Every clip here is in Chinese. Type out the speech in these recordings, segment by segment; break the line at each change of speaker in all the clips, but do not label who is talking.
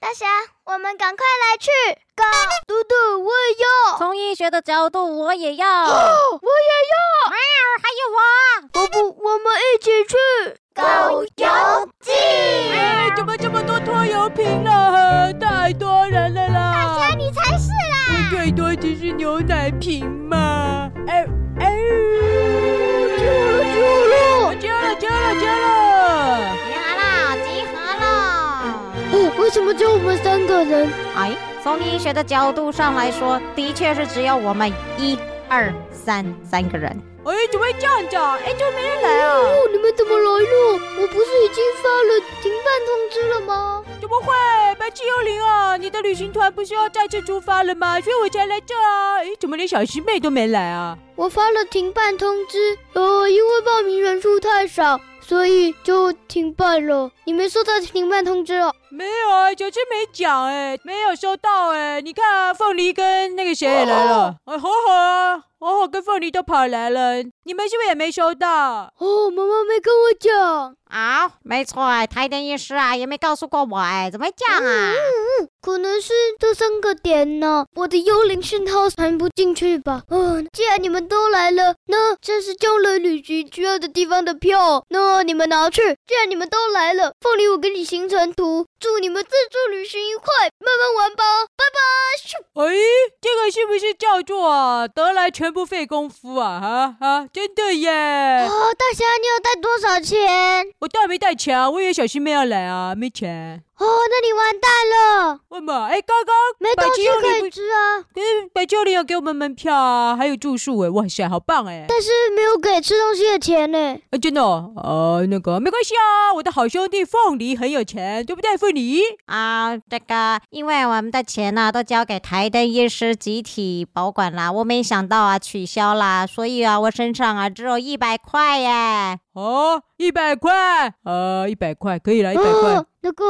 大侠，我们赶快来去狗嘟嘟，我也
哦
要，
从医学的角度，我也要。
哦，我也要，
还有我，
我不，我们一起去
狗游
记。
哎，怎么这么多拖油瓶了？太多人了啦！
你才是啦！
最多只是牛奶瓶嘛。哎哎，救了救了！救了救了救了！
集合啦，集合啦！
哦，为什么只有我们三个人？
哎，从医学的角度上来说，的确是只有我们一、二、三三个人。
哎，怎么会这样子啊？哎，就没人来啊？
哦，你们怎么来了？我不是已经发了停办通知了吗？
怎么会？白痴幽灵啊！你的旅行团不是要再次出发了吗？所以我才来这啊！哎，怎么连小师妹都没来啊？
我发了停办通知，呃，因为报名人数太少，所以就停办了。你没收到停办通知哦？
没有啊，小师没讲哎，没有收到哎。你看啊，凤梨跟那个谁也来了，哎，火火啊，火火跟凤梨都跑来了，你们是不是也没收到？
哦，妈妈没跟我讲。
啊、没错哎，台电医师啊也没告诉过我哎，怎么会这样啊？
嗯，可能是这三个点呢，我的幽灵讯号传不进去吧。嗯，既然你们都来了，那这是交了旅局需要的地方的票，那你们拿去。既然你们都来了，凤梨我给你行程图，祝你们自助旅行愉快，慢慢玩吧，拜拜。
哎，这个是不是叫做啊得来全不费工夫啊？哈哈，真的耶！
哦，大侠，你有带多少钱？
我当然没带钱啊，我以为小师妹要来啊，没钱。
哦，那你完蛋了，
为什么？哎，刚刚
没
百
东
吉
西
幽
可
灵
以吃啊，
不，嗯，百吉幽灵有给我们门票啊，还有住宿哎，哇塞，好棒哎！
但是没有给吃东西的钱呢。
啊，真的哦，呃，那个没关系啊，我的好兄弟凤梨很有钱，对不对，凤梨？
啊，这个因为我们的钱呢、都交给台灯医师集体保管啦，我没想到啊取消啦，所以啊我身上啊只有一百块耶。
哦，一百块，呃，一百块可以了，一百块。
哦，那个，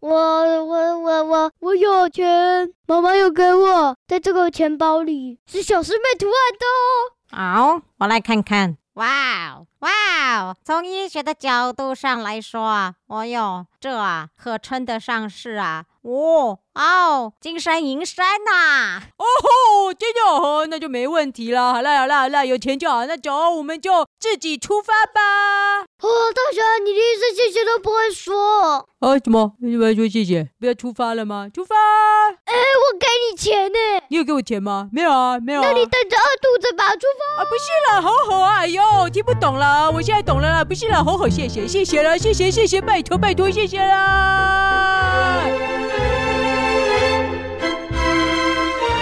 我我我我我有钱，妈妈有给我，在这个钱包里是小师妹图案的哦。
好，我来看看。哇哦，哇哦！从医学的角度上来说啊，哦哟，这啊可称得上是啊，哦哦，金山银山呐、
哦，真的哦，那就没问题了。好啦好啦好啦，有钱就好，那走，我们就自己出发吧。
哦，大侠，你连一声谢谢都不会说。
啊，什么？你们说谢谢，不要出发了吗？出发！
哎，我给你钱呢，
你有给我钱吗？没有啊，没有、啊。
那你等着饿肚子吧，出发。
啊，不是啦，吼吼啊！哎呦，听不懂啦，我现在懂了啦，不是啦，吼吼，谢谢，谢谢啦，谢谢，谢谢，拜托，拜托，谢谢啦！
哦，我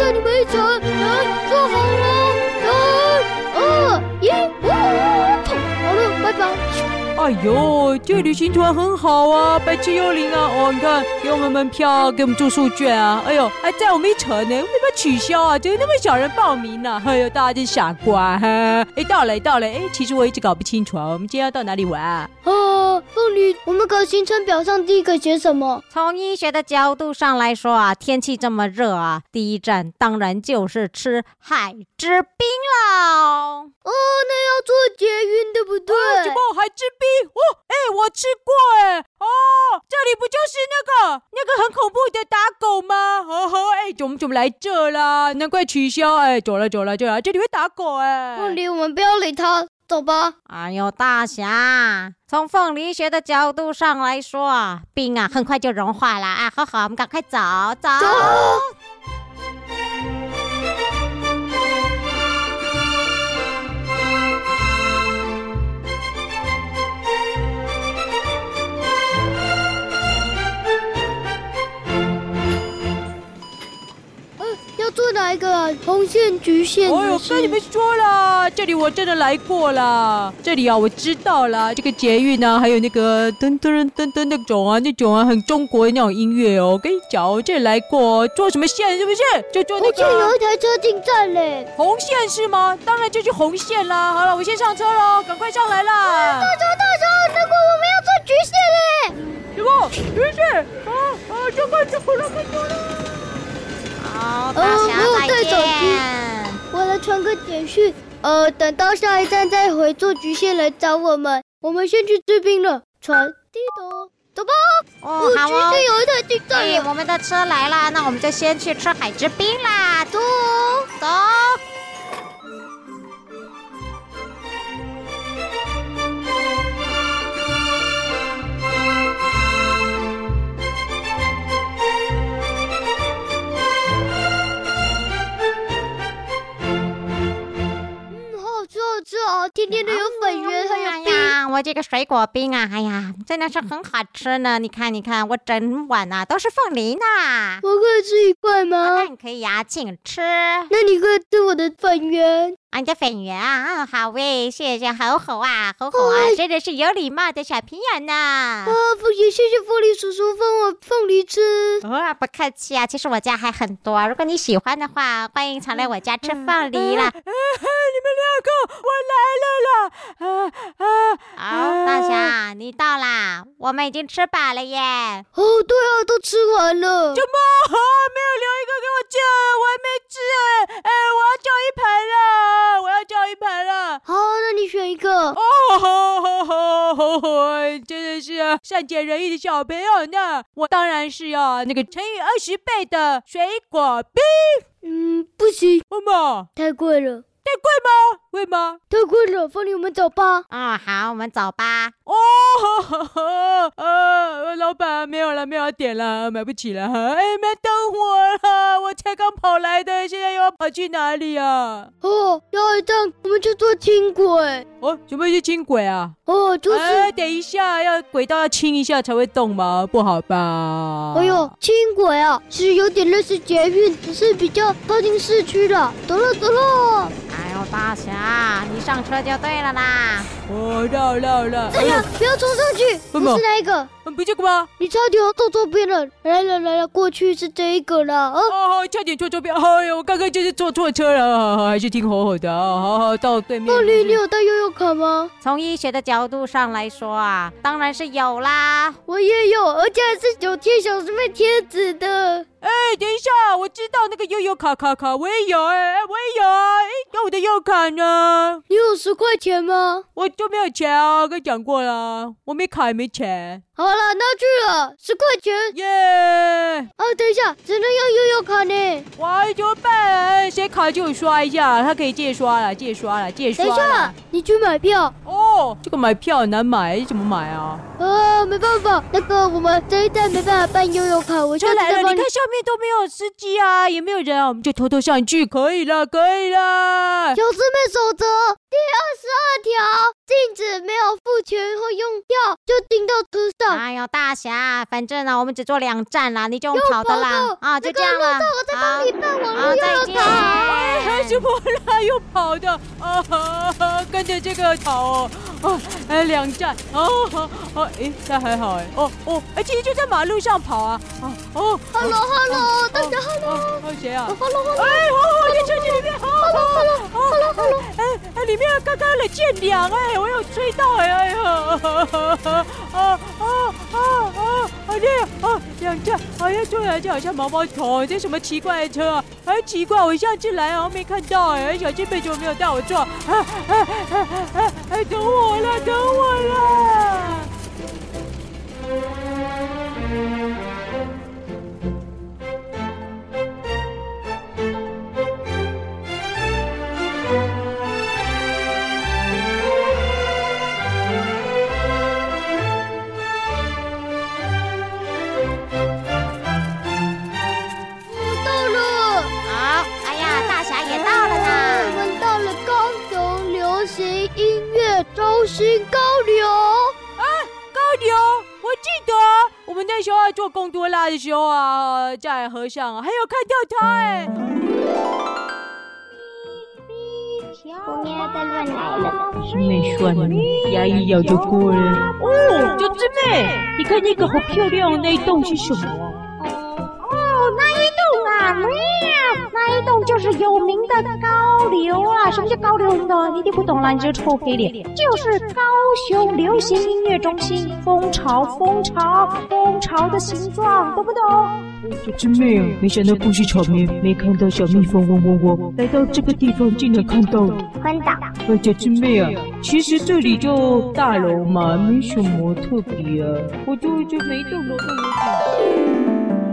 带你们一程，来，坐好了，三二一，哦，跑好了，拜拜。
哎呦，这旅行团很好啊，白痴幽灵啊！哦，你看，给我们门票，给我们住宿券啊！哎呦，还载我们一程呢，为什么要取消啊？怎么那么少人报名呢、哎呦，大家真傻瓜哈！哎，到了，到了！哎，其实我一直搞不清楚啊，我们今天要到哪里玩啊？
哦，凤梨，我们搞行程表上第一个写什么？哦
从医学的角度上来说啊，天气这么热啊，第一站当然就是吃海之冰喽。
哦，那要坐捷运对不对？
什么海之冰？哦，哎、我吃过哎、哦，这里不就是那个那个很恐怖的打狗吗？哦吼，哎、怎么怎么来这啦？难怪取消哎、走了走了走了，这里会打狗哎、
凤梨，我们不要理他，走吧。
哎呦，大侠，从凤梨学的角度上来说啊，冰啊很快就融化了啊，好好，我们赶快走走。
呃，要坐哪一个啊？红线、橘线
哦
还
呦，
是？
跟你们说啦，这里我真的来过啦。这里啊，我知道啦，这个捷运啊，还有那个噔噔噔噔那种啊，那种啊，很中国的那种音乐哦。我跟你讲哦，我这里来过哦，坐什么线是不是？就坐那
我记得有
个
一台车进站嘞。
红线是吗？当然就是红线啦。好了，我先上车喽，赶快上来
大
啦。
周，大周，那个我们要坐橘线嘞。
什么？不是啊啊，这个这个快走了。
好，大
呃
侠
我有
再
带手机
见。
我来传个简讯，呃，等到下一站再回坐橘线来找我们。我们先去治病了。传，滴咚，走吧。
哦
我，
好
觉
哦
得。有一台啊进站
哎，
了，
我们的车来了，那我们就先去吃海之冰啦，走走。
嗯，好好吃，好好吃哦！甜甜的有粉圆，还有冰
啊哎。呀，我这个水果冰啊，哎呀，真的是很好吃呢。
嗯
你看，你看，我整碗啊都是凤梨呢。
我可以吃一块吗
那？你可以呀、请吃。啊
那你可以吃我的粉圆。
啊，你的粉圆啊，嗯，好喂，谢谢猴猴啊，猴猴啊，
嗯
真的是有礼貌的小朋友呢。
啊，不也谢谢凤梨叔叔分我凤梨吃。
哦，不客气啊，其实我家还很多，如果你喜欢的话，欢迎常来我家吃凤梨啦。
你们两个，我来了啦！
嗯
啊
好、大侠，你到啦，我们已经吃饱了耶。
哦，对啊，都吃完了。
怎么没有留一个给我吃？我还没吃哎！哎，我要叫一盘了，我要叫一盘了。
好，那你选一个。
哦吼吼吼吼吼！真的是善解人意的小朋友呢。我当然是要那个乘以二十倍的水果冰。
嗯，不行，
为嘛？
太贵了，
太贵吗？会吗？
太贵了，凤梨我们走吧。
哦，好，我们走吧。
哦， 呵呵呃，老板没有了，没有了点了，呃买不起了。哎，你们等我了，我才刚跑来的，现在又要跑去哪里啊？
哦，要一趟我们去坐轻轨。
哦，什么是轻轨啊？
哦，就是，
哎，等一下，要轨道要清一下才会动吗？不好吧？
哎呦，，轻轨啊，是有点类似捷运，只是比较靠近市区了。走了，走了。
哎呦，大侠，你上车就对了啦。
我哦绕绕绕，
哎呀，不要冲上去，
为
不
什么
是那一个，
嗯不这个吗？
你差点要坐错边了。来了来了，过去是这一个了。哦，
哦，差点坐错边，哎呦，我刚刚就是坐错车了，还是听吼吼的，哦好好到对面。
凤梨，你有带悠悠卡吗？
从医学的角度上来说啊，当然是有啦。
我也有，而且还是有贴小师妹贴纸的。
哎，等一下，我知道那个悠悠卡卡卡，我也有哎、哎我也有啊，哎，那我的悠悠卡呢？
你有十块钱吗？
我就没有钱啊，跟你讲过了，我没卡也没钱，
好了，那去了十块钱
耶、
啊！等一下，只能用悠悠卡呢。
哇，怎么办？谁卡就刷一下，他可以借刷了，借刷了，借刷
等一
啦。
下，你去买票
哦，这个买票很难买，怎么买啊？
啊！没办法，那个我们这一站没办法办悠悠卡，我下
车
次
来了，
再
你
帮你
看。下面都没有司机啊，也没有人啊，我们就偷偷上去，可以了，可以了。
小师妹守则第二十二条：禁止没有付钱或用票就进到车上。
哎呦，大侠，反正呢，我们只做两站啦，你就用跑的
跑
啦
的。
啊，就这样了。
我再帮你办
好，
网
好，
络悠
再
悠
见。
卡。
哎，什么啦？又跑的啊哈哈！跟着这个跑哦，哦，哎，两站哦，好，哦，哎，那还好哎，哦哦，哎，其实就在马路上跑啊，哦哦
Hello Hello，大家
，hello，哦，谁啊？
Hello Hello
哎，哦哦，在车子里面，hello hello hello，哎哎，里面刚刚冷见凉哎，我有吹到哎，哎呦，哦哦哦哦，好累哦，两站，哎呀，突然就好像毛毛虫，这什么奇怪的车啊？哎，奇怪，我上次来好像没看到哎，小金妹怎么没有带我坐？哎哎哎哎哎，等我了，等我了。哎
到了。
好，哎呀，大侠也到了
我
呢。
们到了高雄流行音乐中心高流。
高流，我记得啊我们那时候啊做贡多拉的时候啊，在和尚啊还有看到他哎、哎
姑娘的乱来了，
妹算了，牙一咬就过了。哦，小姊妹，你看那个好漂亮，那一栋是什么啊？
哦，那一栋啊，喵，那一栋就是有名的高流啊。什么叫高流呢？你一定不懂啦，你这臭黑脸。就是高雄流行音乐中心，蜂巢，蜂巢，蜂巢的形状，懂不懂？
这真妹啊！没想到故事场面没看到小蜜蜂嗡嗡嗡，来到这个地方竟然看到了。
昏倒。
哎，这真妹啊！其实这里就大楼嘛，没什么特别啊。我就就每一栋楼都有点。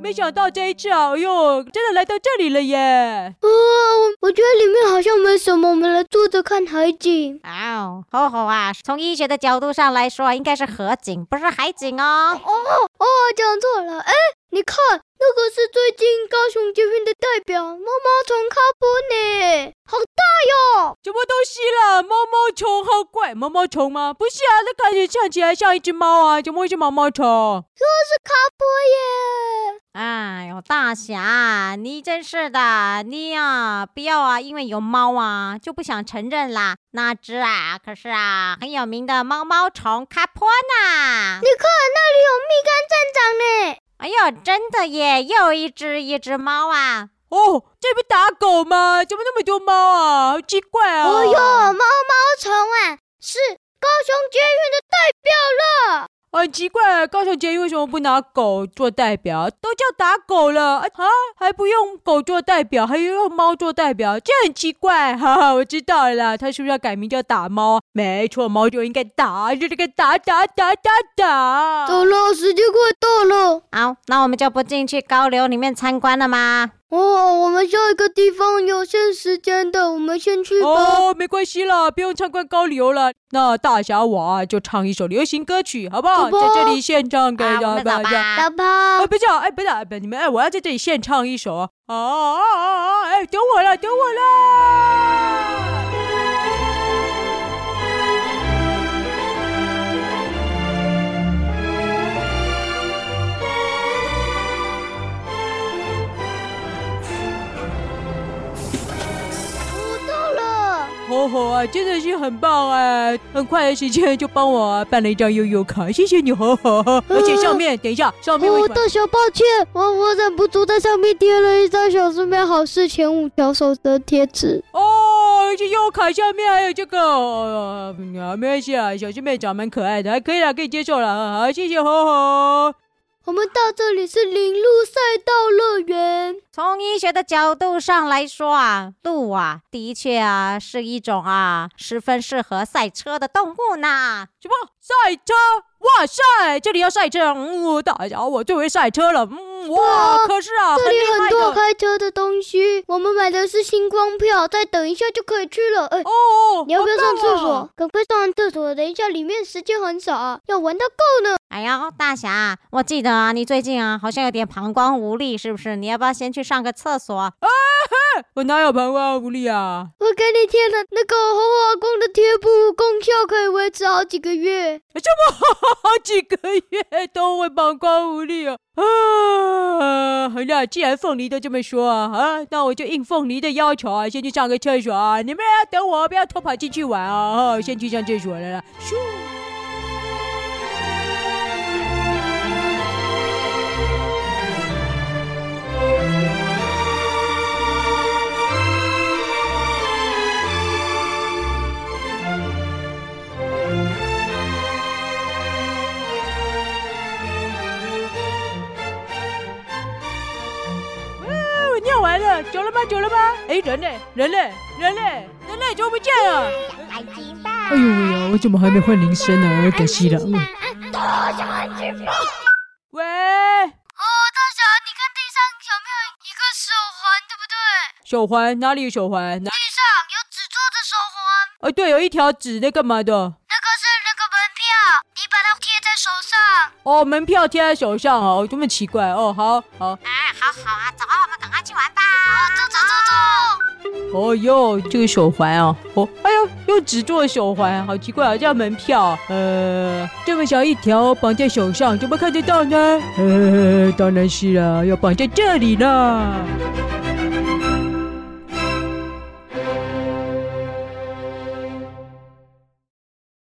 没想到这一次啊，哎呦，真的来到这里了耶！
啊，我我觉得里面好像没什么，我们来坐着看海景。
哦，吼吼啊！从医学的角度上来说，应该是河景，不是海景哦。
哦，讲错了，哎，你看那个是最近高雄捷运的代表毛毛虫卡普呢，好大哟！哦
什么东西啦？毛毛虫好怪，毛毛虫吗？不是啊，那感觉像起来像一只猫啊，怎么会是毛毛虫？哦
是卡普耶。
哎呦，大侠，你真是的，你呀、不要啊，因为有猫啊，就不想承认啦。那只啊，可是啊，很有名的猫猫虫卡波纳。
你看那里有蜜柑站长呢，
哎呦，真的耶，又一只一只猫啊！
哦，这不打狗吗？怎么那么多猫啊？好奇怪啊！
哦哟，毛毛虫啊，是高雄捷运的代表了。
很奇怪，高雄捷运为什么不拿狗做代表？都叫打狗了啊啊，还不用狗做代表，还用猫做代表，这很奇怪。 哈哈，我知道了啦，他是不是要改名叫打猫？没错，猫就应该打，就这个打打打打打。
走了，时间快到了。
好，那我们就不进去高流里面参观了吗？
哦，我们下一个地方有限时间的，我们先去吧。
哦，没关系啦，不用参观高流了。那大侠我啊，就唱一首流行歌曲，好不好？
好吧
在这里献唱给
啊，我
大
们走
家。
吧。
打吧
哎，。不是啊，哎，不是啊，不，你们哎，我要在这里献唱一首啊！啊啊啊啊！哎，等我啦，等我啦！
我到了，
吼吼啊，真的是很棒哎！很快的时间就帮我、啊、办了一张悠悠卡，谢谢你，吼吼！而且上面，等一下，上面
哦，
会传
大小抱歉，我我忍不住在上面贴了一张《小师妹好事》前五条守则贴纸。
哦，这悠悠卡下面还有这个，呃嗯啊，没关系啊，小师妹长蛮可爱的，还可以啦，可以接受了，啊好，谢谢吼吼。
我们到这里是林路赛道乐园，
从医学的角度上来说啊，鹿啊，的确啊，是一种啊，十分适合赛车的动物呢。
什么赛车？哇塞，这里要赛车！嗯，大家我最会赛车了。嗯，哇，可是啊，
这里
很
很
厉害
多
的
开车的东西，我们买的是星光票，再等一下就可以去了。哎、
哦，
你要不要
好
上
棒
厕
哦
所？？赶快上完厕所，等一下里面时间很少啊，要玩到够呢。
哎呦，大侠，我记得啊，你最近啊好像有点膀胱无力，是不是？你要不要先去上个厕所？
我哪有膀胱无力啊？
我给你贴了那个红瓦工的贴布，功效可以维持好几个月。
好几个月都会膀胱无力哦。啊，好了，既然凤梨都这么说啊，啊，那我就应凤梨的要求啊，先去上个厕所啊。你们要等我，不要偷跑进去玩啊。哦先去上厕所了啦。咻。我尿完了，走了吗？走了吗？哎，人类，人类，人类，人类怎么不见了？
赶紧吧，
哎呦喂呀，我怎么还没换铃声呢？可惜了。嗯
哦
喂，
哦你看地上有没有一个手环，对不对？
手环哪里有手环？哪
地上有纸做的手环，
哦，对，有一条纸的干嘛的？
那个是那个门票，你把它贴在手上。
哦，门票贴在手上哦，这么奇怪哦，好好，
哎，好好啊，走，我们赶快去玩吧。
走走走走，
哦哟，这个手环哦，哦，哎呦，用纸做的手环，好奇怪啊，叫门票，呃，这么小一条绑在手上，怎么看得到呢？呃，当然是啊，要绑在这里啦。